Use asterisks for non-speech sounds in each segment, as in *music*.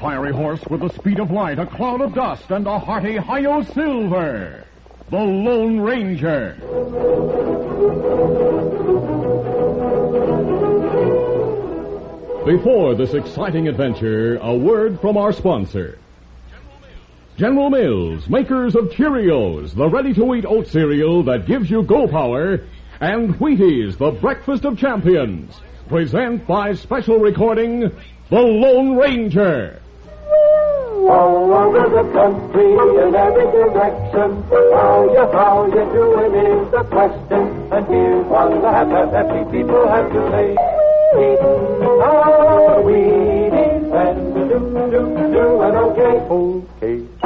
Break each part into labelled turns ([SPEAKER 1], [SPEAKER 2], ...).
[SPEAKER 1] fiery horse with the speed of light, a cloud of dust, and a hearty Hio Silver, the Lone Ranger. Before this exciting adventure, a word from our sponsor. General Mills, makers of Cheerios, the ready-to-eat oat cereal that gives you go power, and Wheaties, the breakfast of champions, present by special recording, The Lone Ranger.
[SPEAKER 2] All over the country in every direction. How you, how you doing is the question. And here's what the happy, happy people have to say. Oh, Eating our Wheaties and do, do, do, and okay. Okay.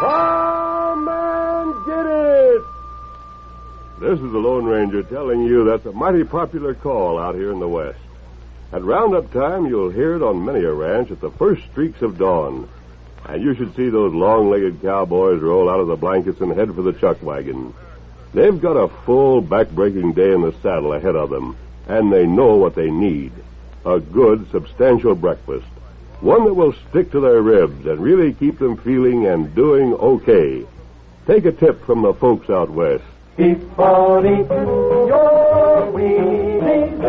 [SPEAKER 3] Come and get it! This is the Lone Ranger telling you that's a mighty popular call out here in the West. At roundup time, you'll hear it on many a ranch at the first streaks of dawn. And you should see those long legged cowboys roll out of the blankets and head for the chuck wagon. They've got a full back breaking day in the saddle ahead of them, and they know what they need a good, substantial breakfast. One that will stick to their ribs and really keep them feeling and doing okay. Take a tip from the folks out west.
[SPEAKER 2] Keep on eating your Wheaties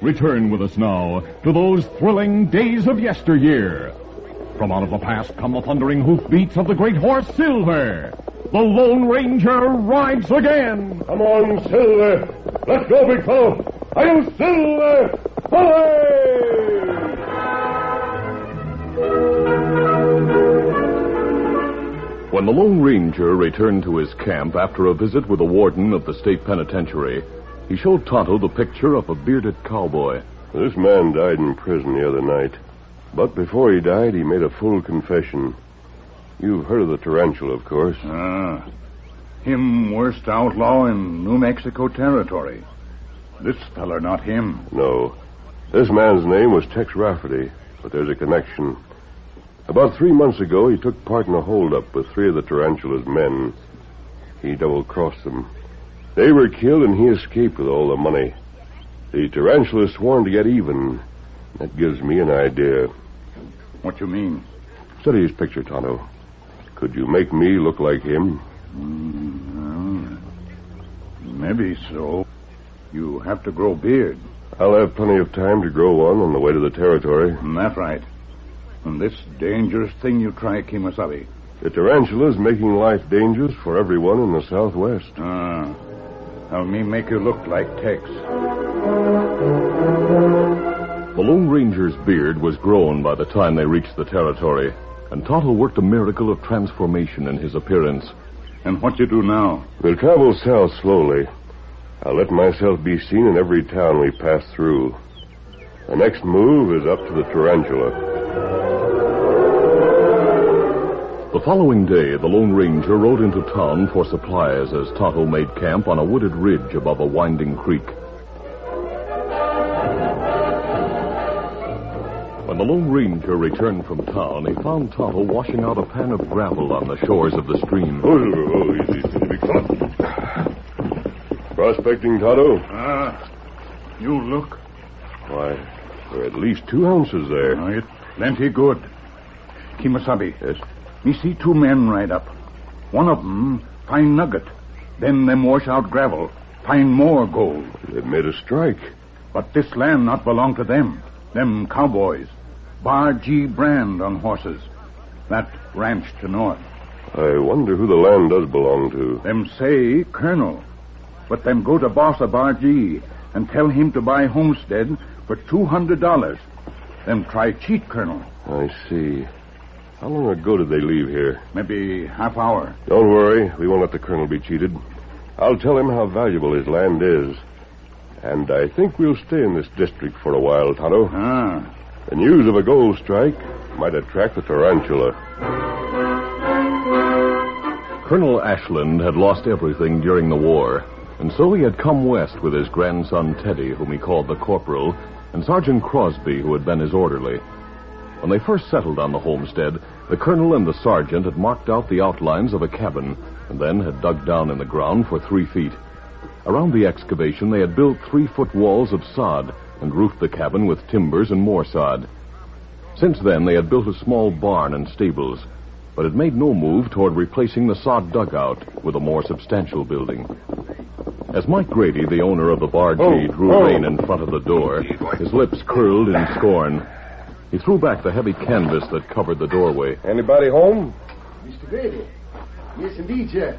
[SPEAKER 1] Return with us now to those thrilling days of yesteryear. From out of the past come the thundering hoofbeats of the great horse Silver. The Lone Ranger rides again.
[SPEAKER 3] Come on, Silver. Let's go, big fellow. Are you Silver? Away!
[SPEAKER 4] When the Lone Ranger returned to his camp after a visit with the warden of the state penitentiary, he showed Tonto the picture of a bearded cowboy.
[SPEAKER 3] This man died in prison the other night. But before he died, he made a full confession. You've heard of the tarantula, of course.
[SPEAKER 5] Ah, him worst outlaw in New Mexico territory. This feller, not him.
[SPEAKER 3] No. This man's name was Tex Rafferty, but there's a connection. About three months ago, he took part in a holdup with three of the tarantula's men. He double crossed them. They were killed, and he escaped with all the money. The tarantula's sworn to get even. That gives me an idea.
[SPEAKER 5] What you mean?
[SPEAKER 3] Study his picture, Tonto. Could you make me look like him?
[SPEAKER 5] Mm, Maybe so. You have to grow beard.
[SPEAKER 3] I'll have plenty of time to grow one on the way to the territory.
[SPEAKER 5] Isn't that right? And this dangerous thing you try, Kimasabi.
[SPEAKER 3] The tarantula's making life dangerous for everyone in the Southwest.
[SPEAKER 5] Ah, have me make you look like Tex.
[SPEAKER 4] The Lone Ranger's beard was grown by the time they reached the territory, and Tonto worked a miracle of transformation in his appearance.
[SPEAKER 5] And what you do now?
[SPEAKER 3] We'll travel south slowly. I'll let myself be seen in every town we pass through. The next move is up to the tarantula.
[SPEAKER 4] The following day, the Lone Ranger rode into town for supplies as Tonto made camp on a wooded ridge above a winding creek. When the Lone Ranger returned from town, he found Tonto washing out a pan of gravel on the shores of the stream.
[SPEAKER 3] Oh, oh, easy, easy, big fella. Prospecting, Tonto?
[SPEAKER 5] Ah, you look.
[SPEAKER 3] Why, there are at least two ounces there.
[SPEAKER 5] It plenty good. Kimasabi.
[SPEAKER 3] Yes.
[SPEAKER 5] Me see two men ride up. One of 'em find nugget. Then them wash out gravel. Find more gold.
[SPEAKER 3] They've made a strike.
[SPEAKER 5] But this land not belong to them. Them cowboys. Bar G. Brand on horses. That ranch to north.
[SPEAKER 3] I wonder who the land does belong to.
[SPEAKER 5] Them say colonel. But them go to boss of Bar G. And tell him to buy homestead for two hundred dollars. Them try cheat colonel.
[SPEAKER 3] I see. How long ago did they leave here?
[SPEAKER 5] Maybe half hour.
[SPEAKER 3] Don't worry. We won't let the colonel be cheated. I'll tell him how valuable his land is. And I think we'll stay in this district for a while, Tonto.
[SPEAKER 5] Ah,
[SPEAKER 3] The news of a gold strike might attract the tarantula.
[SPEAKER 4] Colonel Ashland had lost everything during the war, and so he had come west with his grandson Teddy, whom he called the corporal, and Sergeant Crosby, who had been his orderly. When they first settled on the homestead, the colonel and the sergeant had marked out the outlines of a cabin, and then had dug down in the ground for three feet. Around the excavation, they had built three foot walls of sod and roofed the cabin with timbers and more sod. Since then, they had built a small barn and stables, but had made no move toward replacing the sod dugout with a more substantial building. As Mike Grady, the owner of the bargee, drew rein in front of the door, his lips curled in scorn. He threw back the heavy canvas that covered the doorway.
[SPEAKER 3] Anybody home?
[SPEAKER 6] Mr. Grady. Yes, indeed, sir.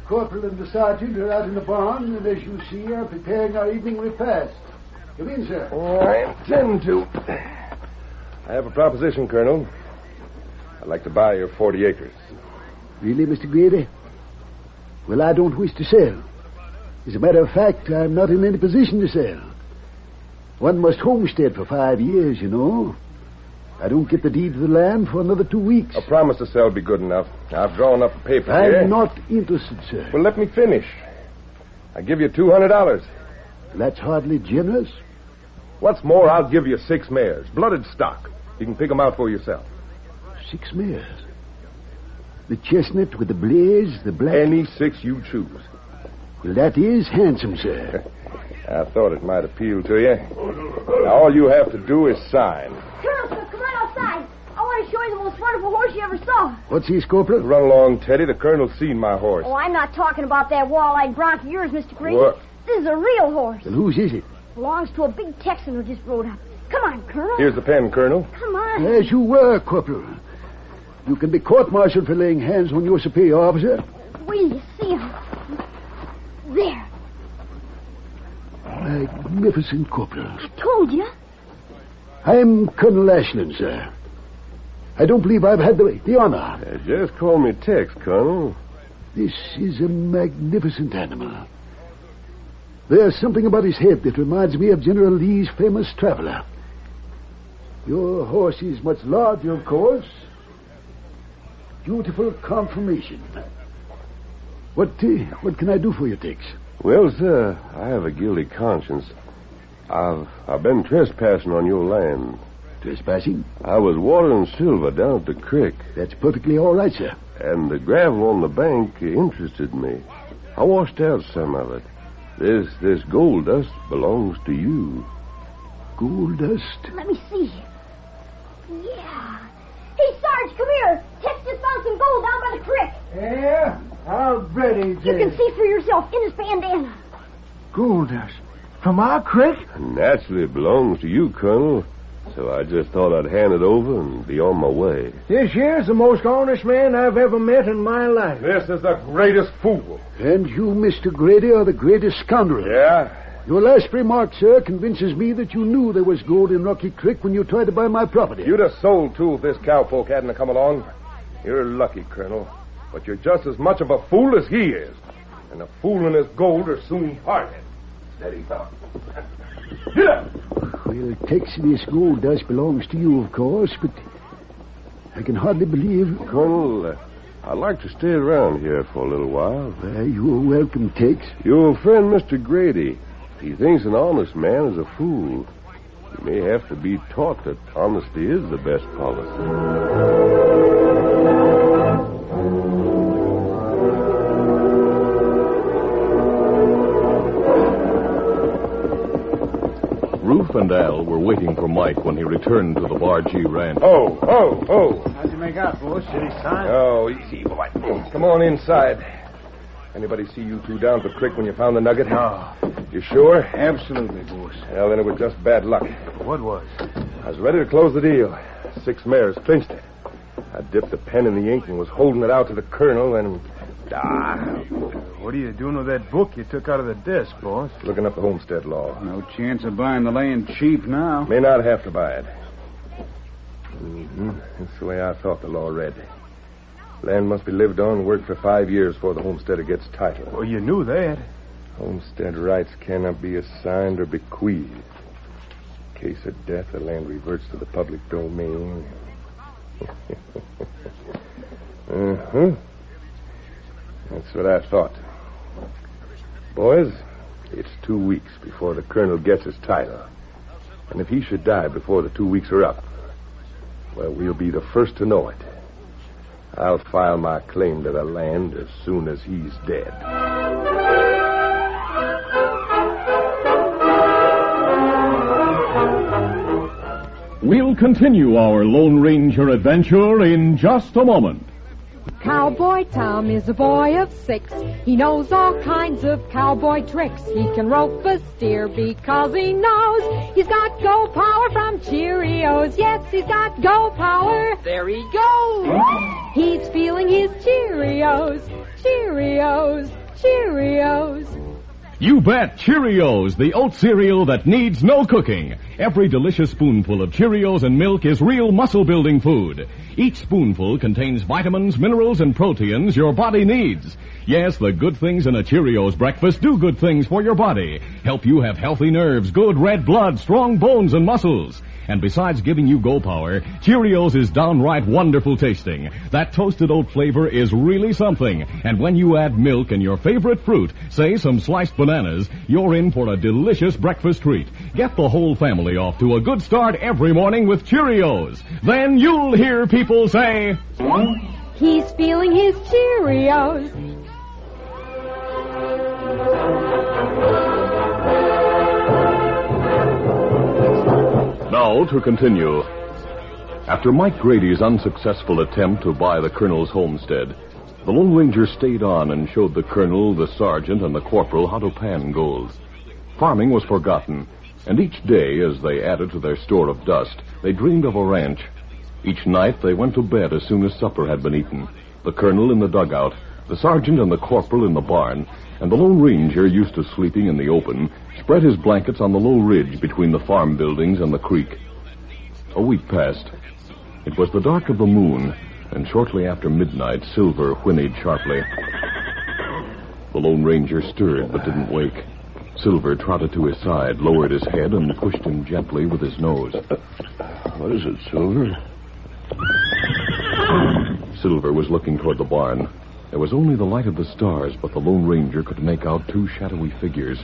[SPEAKER 6] The corporal and the sergeant are out in the barn, and as you see, are preparing our evening repast. Come in, sir.
[SPEAKER 3] Oh, I intend to. I have a proposition, Colonel. I'd like to buy your 40 acres.
[SPEAKER 6] Really, Mr. Grady? Well, I don't wish to sell. As a matter of fact, I'm not in any position to sell. One must homestead for five years, you know. I don't get the deed of the land for another two weeks.
[SPEAKER 3] A promise to sell would be good enough. I've drawn up the paper
[SPEAKER 6] I'm
[SPEAKER 3] here.
[SPEAKER 6] not interested, sir.
[SPEAKER 3] Well, let me finish. I give you $200.
[SPEAKER 6] That's hardly generous.
[SPEAKER 3] What's more, I'll give you six mares, blooded stock. You can pick them out for yourself.
[SPEAKER 6] Six mares. The chestnut with the blaze, the black.
[SPEAKER 3] Any six you choose.
[SPEAKER 6] Well, that is handsome, sir.
[SPEAKER 3] I thought it might appeal to you. Now, all you have to do is sign.
[SPEAKER 7] Colonel, come on outside. I want to show you the most wonderful horse you ever saw.
[SPEAKER 6] What's this, Corporal?
[SPEAKER 3] Run along, Teddy. The Colonel's seen my horse.
[SPEAKER 7] Oh, I'm not talking about that wall-eyed bronc of yours, Mr. Green.
[SPEAKER 3] What?
[SPEAKER 7] This is a real horse.
[SPEAKER 6] And whose is it?
[SPEAKER 7] Belongs to a big Texan who just rode up. Come on, Colonel.
[SPEAKER 3] Here's the pen, Colonel.
[SPEAKER 7] Come on.
[SPEAKER 6] As you were, Corporal. You can be court-martialed for laying hands on your superior officer.
[SPEAKER 7] Wait till you see him. There.
[SPEAKER 6] Magnificent, Corporal.
[SPEAKER 7] I told you.
[SPEAKER 6] I'm Colonel Ashland, sir. I don't believe I've had the, the honor.
[SPEAKER 3] just call me Tex, Colonel.
[SPEAKER 6] This is a magnificent animal. There's something about his head that reminds me of General Lee's famous traveler. Your horse is much larger, of course. Beautiful conformation. What uh, what can I do for you, Tex?
[SPEAKER 3] Well, sir, I have a guilty conscience. I've I've been trespassing on your land.
[SPEAKER 6] Trespassing?
[SPEAKER 3] I was watering silver down at the creek,
[SPEAKER 6] That's perfectly all right, sir.
[SPEAKER 3] and the gravel on the bank interested me. I washed out some of it. This this gold dust belongs to you.
[SPEAKER 6] Gold dust.
[SPEAKER 7] Let me see. Yeah. Hey, Sarge, come here. Tex just found some gold down by the creek.
[SPEAKER 6] Yeah, I'll bet he
[SPEAKER 7] You can see for yourself in his bandana.
[SPEAKER 6] Gold dust. From our creek?
[SPEAKER 3] Naturally, it belongs to you, Colonel. So I just thought I'd hand it over and be on my way.
[SPEAKER 6] This here's the most honest man I've ever met in my life.
[SPEAKER 3] This is the greatest fool.
[SPEAKER 6] And you, Mr. Grady, are the greatest scoundrel.
[SPEAKER 3] Yeah?
[SPEAKER 6] Your last remark, sir, convinces me that you knew there was gold in Rocky Creek when you tried to buy my property.
[SPEAKER 3] You'd have sold too if this cowpoke hadn't come along. You're lucky, Colonel. But you're just as much of a fool as he is. And a fool and his gold are soon parted. Steady, Tom. *laughs* Get up!
[SPEAKER 6] Well, Tex, this gold dust belongs to you, of course, but I can hardly believe.
[SPEAKER 3] Colonel, uh, I'd like to stay around here for a little while.
[SPEAKER 6] Well, you're welcome, Tex.
[SPEAKER 3] Your friend, Mr. Grady, he thinks an honest man is a fool. You may have to be taught that honesty is the best policy.
[SPEAKER 4] Ruth and Al were waiting for Mike when he returned to the Bargee Ranch.
[SPEAKER 3] Oh, oh, oh.
[SPEAKER 6] How'd you make out, boss? Did he sign?
[SPEAKER 3] Oh, easy, boy. Come on inside. Anybody see you two down at the creek when you found the nugget?
[SPEAKER 5] No.
[SPEAKER 3] You sure?
[SPEAKER 5] Oh, Absolutely, boss.
[SPEAKER 3] Well, then it was just bad luck.
[SPEAKER 5] What was?
[SPEAKER 3] I was ready to close the deal. Six mares clinched it. I dipped the pen in the ink and was holding it out to the colonel and. Ah,
[SPEAKER 8] What are you doing with that book you took out of the desk, boss?
[SPEAKER 3] looking up the homestead law.
[SPEAKER 5] No chance of buying the land cheap now.
[SPEAKER 3] May not have to buy it. hmm That's the way I thought the law read. Land must be lived on and worked for five years before the homesteader gets title.
[SPEAKER 8] Well, you knew that.
[SPEAKER 3] Homestead rights cannot be assigned or bequeathed. case of death, the land reverts to the public domain. *laughs* uh huh. That's what I thought. Boys, it's two weeks before the colonel gets his title. And if he should die before the two weeks are up, well, we'll be the first to know it. I'll file my claim to the land as soon as he's dead.
[SPEAKER 9] We'll continue our Lone Ranger adventure in just a moment.
[SPEAKER 10] Cowboy Tom is a boy of six. He knows all kinds of cowboy tricks. He can rope a steer because he knows he's got go power from Cheerios. Yes, he's got go power. There he goes. He's feeling his Cheerios, Cheerios, Cheerios.
[SPEAKER 9] You bet Cheerios, the oat cereal that needs no cooking. Every delicious spoonful of Cheerios and milk is real muscle building food. Each spoonful contains vitamins, minerals, and proteins your body needs. Yes, the good things in a Cheerios breakfast do good things for your body. Help you have healthy nerves, good red blood, strong bones, and muscles. And besides giving you go power, Cheerios is downright wonderful tasting. That toasted oat flavor is really something. And when you add milk and your favorite fruit, say some sliced bananas, you're in for a delicious breakfast treat. Get the whole family off to a good start every morning with Cheerios. Then you'll hear people say,
[SPEAKER 10] He's feeling his Cheerios.
[SPEAKER 4] Now to continue. After Mike Grady's unsuccessful attempt to buy the colonel's homestead, the Lone Ranger stayed on and showed the colonel, the sergeant, and the corporal how to pan gold. Farming was forgotten, and each day, as they added to their store of dust, they dreamed of a ranch. Each night they went to bed as soon as supper had been eaten. The colonel in the dugout, the sergeant and the corporal in the barn, and the Lone Ranger, used to sleeping in the open, spread his blankets on the low ridge between the farm buildings and the creek. A week passed. It was the dark of the moon, and shortly after midnight, Silver whinnied sharply. The Lone Ranger stirred but didn't wake. Silver trotted to his side, lowered his head, and pushed him gently with his nose.
[SPEAKER 3] What is it, Silver?
[SPEAKER 4] Silver was looking toward the barn. There was only the light of the stars, but the Lone Ranger could make out two shadowy figures.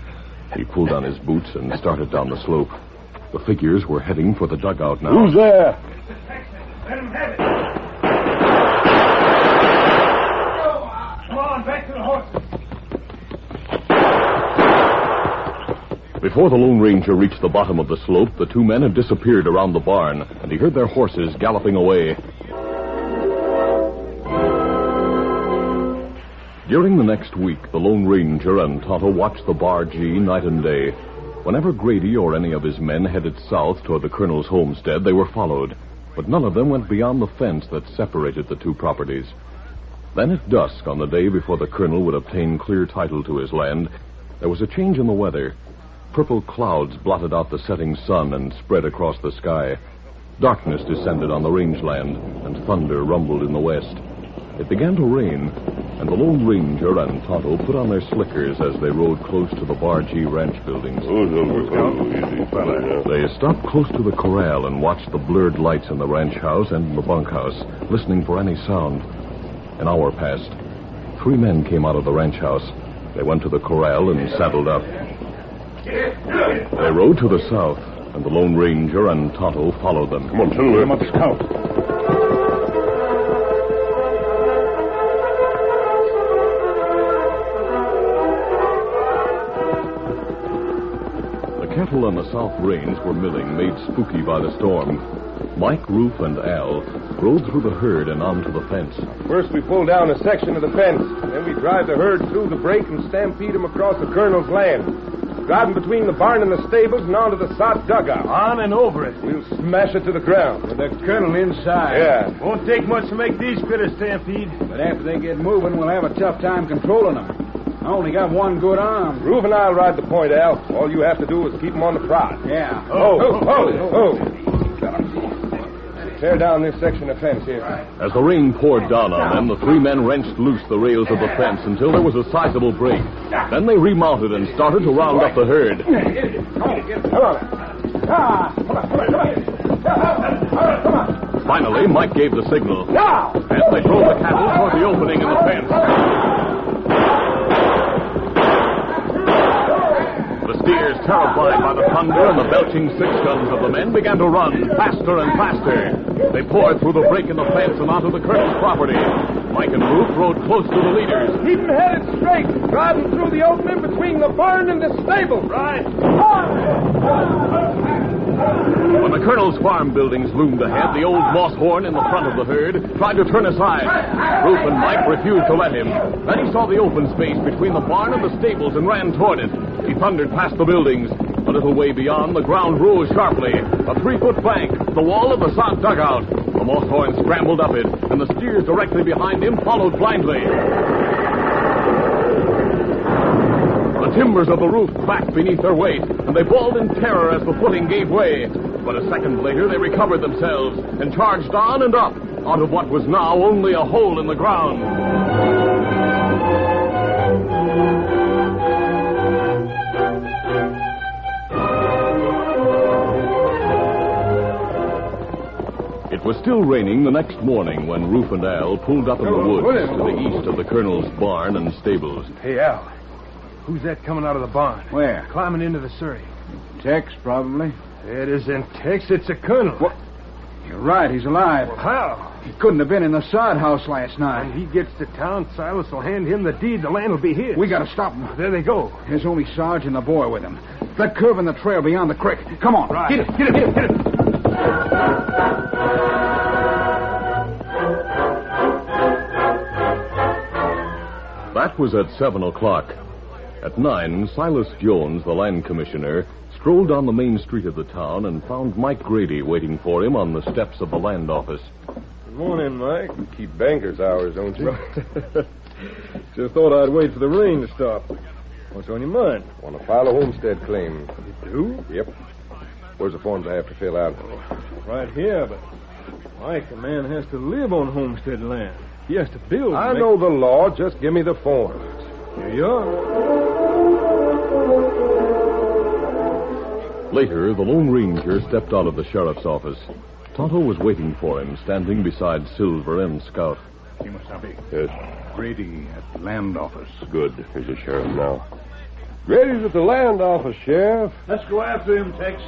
[SPEAKER 4] He pulled on his boots and started down the slope. The figures were heading for the dugout now.
[SPEAKER 3] Who's there?
[SPEAKER 2] Let him have it. Come on, back to the horses.
[SPEAKER 4] Before the Lone Ranger reached the bottom of the slope, the two men had disappeared around the barn, and he heard their horses galloping away. During the next week, the Lone Ranger and Tonto watched the bargee night and day. Whenever Grady or any of his men headed south toward the colonel's homestead, they were followed, but none of them went beyond the fence that separated the two properties. Then at dusk, on the day before the colonel would obtain clear title to his land, there was a change in the weather. Purple clouds blotted out the setting sun and spread across the sky. Darkness descended on the rangeland, and thunder rumbled in the west. It began to rain, and the Lone Ranger and Tonto put on their slickers as they rode close to the Bargee ranch buildings.
[SPEAKER 11] Who's over? Oh, easy fella.
[SPEAKER 4] They stopped close to the corral and watched the blurred lights in the ranch house and in the bunkhouse, listening for any sound. An hour passed. Three men came out of the ranch house. They went to the corral and saddled up. They rode to the south, and the Lone Ranger and Tonto followed them.
[SPEAKER 11] Come on, Silver. Come up, scout.
[SPEAKER 4] The cattle on the south range were milling, made spooky by the storm. Mike, Roof, and Al rode through the herd and onto the fence.
[SPEAKER 3] First, we pull down a section of the fence. Then we drive the herd through the break and stampede 'em across the colonel's land. Drive 'em between the barn and the stables and onto the sod dugout.
[SPEAKER 12] On and over it.
[SPEAKER 3] We'll smash it to the ground.
[SPEAKER 6] The colonel inside.
[SPEAKER 3] Yeah.
[SPEAKER 12] Won't take much to make these critters stampede.
[SPEAKER 6] But after they get moving, we'll have a tough time controlling them. I only got one good arm.
[SPEAKER 3] Roof and I'll ride the point, Al. All you have to do is keep 'em on the prod.
[SPEAKER 6] Yeah.
[SPEAKER 3] Oh, oh, oh, Tear down this section of fence here.
[SPEAKER 4] As the rain poured down on them, the three men wrenched loose the rails of the fence until there was a sizable break. Then they remounted and started to round up the herd.
[SPEAKER 3] Come on.
[SPEAKER 13] Ah, come on, come on, come on. Ah, all right, come on.
[SPEAKER 4] Finally, Mike gave the signal.
[SPEAKER 13] Now!
[SPEAKER 4] And they drove the cattle toward the opening in the fence. The steers, terrified by the thunder and the belching six guns of the men, began to run faster and faster. They poured through the break in the fence and onto the colonel's property. Mike and Ruth rode close to the leaders.
[SPEAKER 13] Keep him headed straight. Drive him through the opening between the barn and the stable. Right.
[SPEAKER 4] When the colonel's farm buildings loomed ahead, the old moss horn in the front of the herd tried to turn aside. Ruth and Mike refused to let him. Then he saw the open space between the barn and the stables and ran toward it. He thundered past the buildings. A little way beyond, the ground rose sharply. A three-foot bank, the wall of the sod dugout. The moss horn scrambled up it, and the steers directly behind him followed blindly. The timbers of the roof cracked beneath their weight, and they bawled in terror as the footing gave way. But a second later, they recovered themselves and charged on and up out of what was now only a hole in the ground. It was still raining the next morning when Rufe and Al pulled up in the woods to the east of the colonel's barn and stables.
[SPEAKER 14] Hey, Al. Who's that coming out of the barn?
[SPEAKER 15] Where?
[SPEAKER 14] Climbing into the Surrey.
[SPEAKER 15] Tex, probably.
[SPEAKER 14] It isn't Tex, it's a colonel. What?
[SPEAKER 15] You're right, he's alive.
[SPEAKER 14] How?
[SPEAKER 15] He couldn't have been in the sod house last night.
[SPEAKER 14] When he gets to town, Silas will hand him the deed. The land will be his.
[SPEAKER 15] We gotta stop him.
[SPEAKER 14] There they go.
[SPEAKER 15] There's only Sarge and the boy with him. That curve in the trail beyond the creek. Come on.
[SPEAKER 14] Right.
[SPEAKER 15] Get it, get it, get it, get it.
[SPEAKER 4] That was at 7 o'clock. At 9, Silas Jones, the land commissioner, strolled down the main street of the town and found Mike Grady waiting for him on the steps of the land office.
[SPEAKER 3] Good morning, Mike. You keep banker's hours, don't you? *laughs* Just thought I'd wait for the rain to stop. What's on your mind? Want to file a homestead claim. You do? Yep. Where's the forms I have to fill out?
[SPEAKER 6] Right here, but Mike, a man has to live on homestead land. He has to build.
[SPEAKER 3] I
[SPEAKER 6] make-
[SPEAKER 3] know the law. Just give me the forms.
[SPEAKER 6] Here you are.
[SPEAKER 4] Later, the Lone Ranger stepped out of the sheriff's office. Tonto was waiting for him, standing beside Silver and Scout.
[SPEAKER 15] He must not be.
[SPEAKER 4] Yes,
[SPEAKER 15] Grady at land office.
[SPEAKER 4] good. Here's your sheriff now.
[SPEAKER 3] Grady's at the land office, Sheriff.
[SPEAKER 13] Let's go after him, Tex.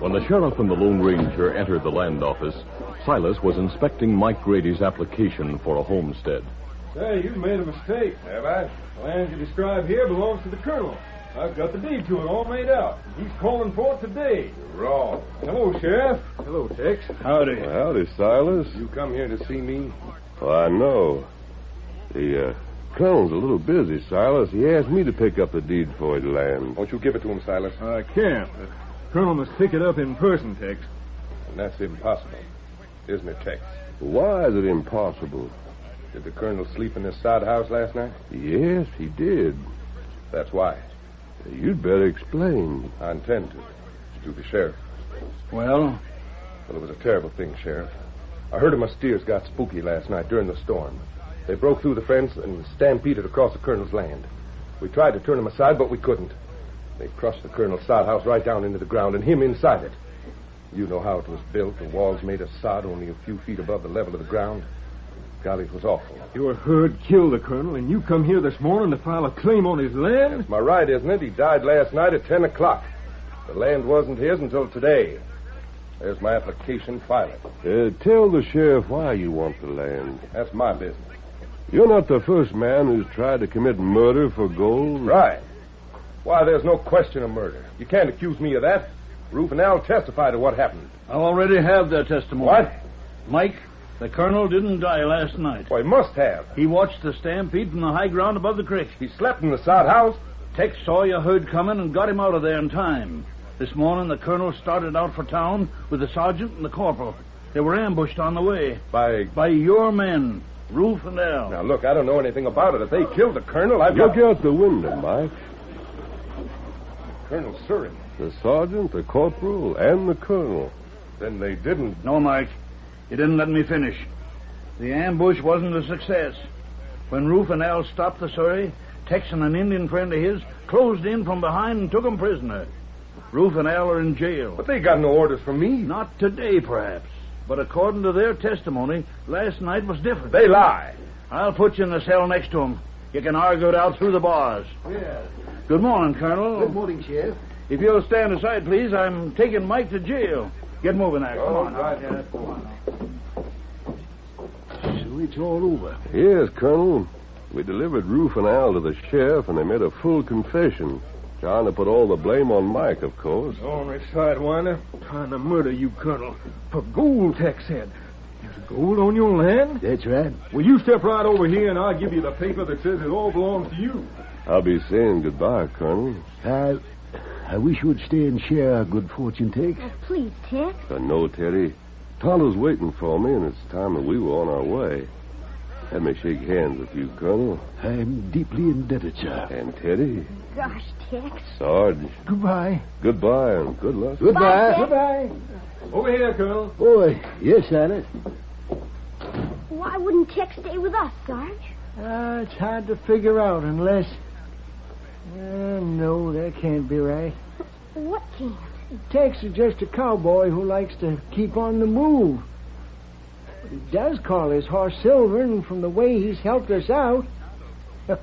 [SPEAKER 4] When the sheriff and the Lone Ranger entered the land office, Silas was inspecting Mike Grady's application for a homestead.
[SPEAKER 6] Say, you've made a mistake. Have I? The land you describe here belongs to the colonel. I've got the deed to it all made out. He's calling for it today.
[SPEAKER 3] Wrong.
[SPEAKER 6] Hello, Sheriff. Hello, Tex.
[SPEAKER 3] Howdy. howdy, Silas.
[SPEAKER 6] You come here to see me?
[SPEAKER 3] Oh, I know. The uh, colonel's a little busy, Silas. He asked me to pick up the deed for his land. Won't you give it to him, Silas?
[SPEAKER 6] I can't. Uh, The colonel must pick it up in person, Tex.
[SPEAKER 3] And that's impossible, isn't it, Tex? Why is it impossible? Did the colonel sleep in this sod house last night? Yes, he did. That's why. You'd better explain. I intend to. To the sheriff.
[SPEAKER 15] Well,
[SPEAKER 3] Well, it was a terrible thing, Sheriff. I heard of my steers got spooky last night during the storm. They broke through the fence and stampeded across the colonel's land. We tried to turn them aside, but we couldn't. They crushed the colonel's sod house right down into the ground and him inside it. You know how it was built. The walls made of sod only a few feet above the level of the ground. Golly, it was awful.
[SPEAKER 6] Your herd killed the colonel, and you come here this morning to file a claim on his land?
[SPEAKER 3] That's my right, isn't it? He died last night at 10 o'clock. The land wasn't his until today. There's my application. File it.
[SPEAKER 16] Uh, tell the sheriff why you want the land.
[SPEAKER 3] That's my business.
[SPEAKER 16] You're not the first man who's tried to commit murder for gold.
[SPEAKER 3] Right. Why, there's no question of murder. You can't accuse me of that. Rufe and Al testify to what happened.
[SPEAKER 5] I already have their testimony.
[SPEAKER 3] What?
[SPEAKER 5] Mike, the colonel didn't die last night.
[SPEAKER 3] Well, he must have.
[SPEAKER 5] He watched the stampede from the high ground above the creek.
[SPEAKER 3] He slept in the sod house.
[SPEAKER 5] Tex saw your herd coming and got him out of there in time. This morning, the colonel started out for town with the sergeant and the corporal. They were ambushed on the way.
[SPEAKER 3] By
[SPEAKER 5] by your men, Roof and Al.
[SPEAKER 3] Now, look, I don't know anything about it. If they killed the colonel, I've
[SPEAKER 16] Look
[SPEAKER 3] got...
[SPEAKER 16] out the window, Mike.
[SPEAKER 3] Colonel Surin.
[SPEAKER 16] The sergeant, the corporal, and the colonel.
[SPEAKER 3] Then they didn't.
[SPEAKER 5] No, Mike. You didn't let me finish. The ambush wasn't a success. When Roof and Al stopped the Surrey, Tex and an Indian friend of his closed in from behind and took him prisoner. Roof and Al are in jail. But
[SPEAKER 17] they got no orders from me.
[SPEAKER 5] Not today, perhaps. But according to their testimony, last night was different.
[SPEAKER 17] They lie.
[SPEAKER 5] I'll put you in the cell next to 'em. You can argue it out through the bars.
[SPEAKER 18] Yes.
[SPEAKER 5] Good morning, Colonel.
[SPEAKER 18] Good morning, Sheriff.
[SPEAKER 5] If you'll stand aside, please, I'm taking Mike to jail. Get moving now.
[SPEAKER 6] Oh,
[SPEAKER 5] Come on.
[SPEAKER 18] Yeah, come on. So it's all over.
[SPEAKER 3] Yes, Colonel. We delivered Roof and Al to the sheriff, and they made a full confession. Trying to put all the blame on Mike, of course.
[SPEAKER 17] Ornery sidewinder. Trying to murder you, Colonel. For gold, Tex said. There's gold on your land?
[SPEAKER 18] That's right.
[SPEAKER 17] Well, you step right over here and I'll give you the paper that says it all belongs to you.
[SPEAKER 3] I'll be saying goodbye, Colonel.
[SPEAKER 18] I, I wish you would stay and share our good fortune, Tex.
[SPEAKER 7] Please, Tex.
[SPEAKER 3] I know, Teddy. Tonto's waiting for me, and it's time that we were on our way. Let me shake hands with you, Colonel.
[SPEAKER 18] I'm deeply indebted, sir.
[SPEAKER 3] And Teddy,
[SPEAKER 7] Gosh, Tex.
[SPEAKER 3] Sarge,
[SPEAKER 18] Goodbye.
[SPEAKER 3] goodbye and good luck.
[SPEAKER 18] Goodbye.
[SPEAKER 7] Tex.
[SPEAKER 17] Goodbye. Over here, Colonel.
[SPEAKER 18] Boy, yes, Alice.
[SPEAKER 7] Why wouldn't Tex stay with us, Sarge?
[SPEAKER 6] Uh, it's hard to figure out unless. Uh, no, that can't be right.
[SPEAKER 7] What can?
[SPEAKER 6] Tex is just a cowboy who likes to keep on the move. But he does call his horse Silver, and from the way he's helped us out. *laughs* uh,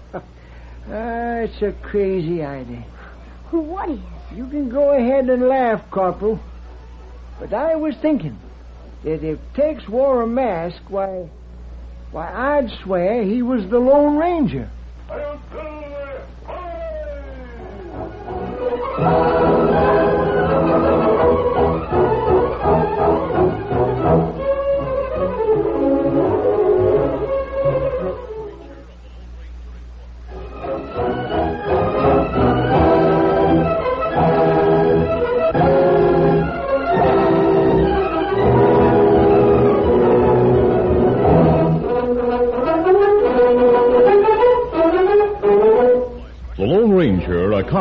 [SPEAKER 6] it's a crazy idea.
[SPEAKER 7] What is?
[SPEAKER 6] You can go ahead and laugh, Corporal. But I was thinking that if Tex wore a mask, why, why, I'd swear he was the Lone Ranger.
[SPEAKER 4] The Lone Ranger, a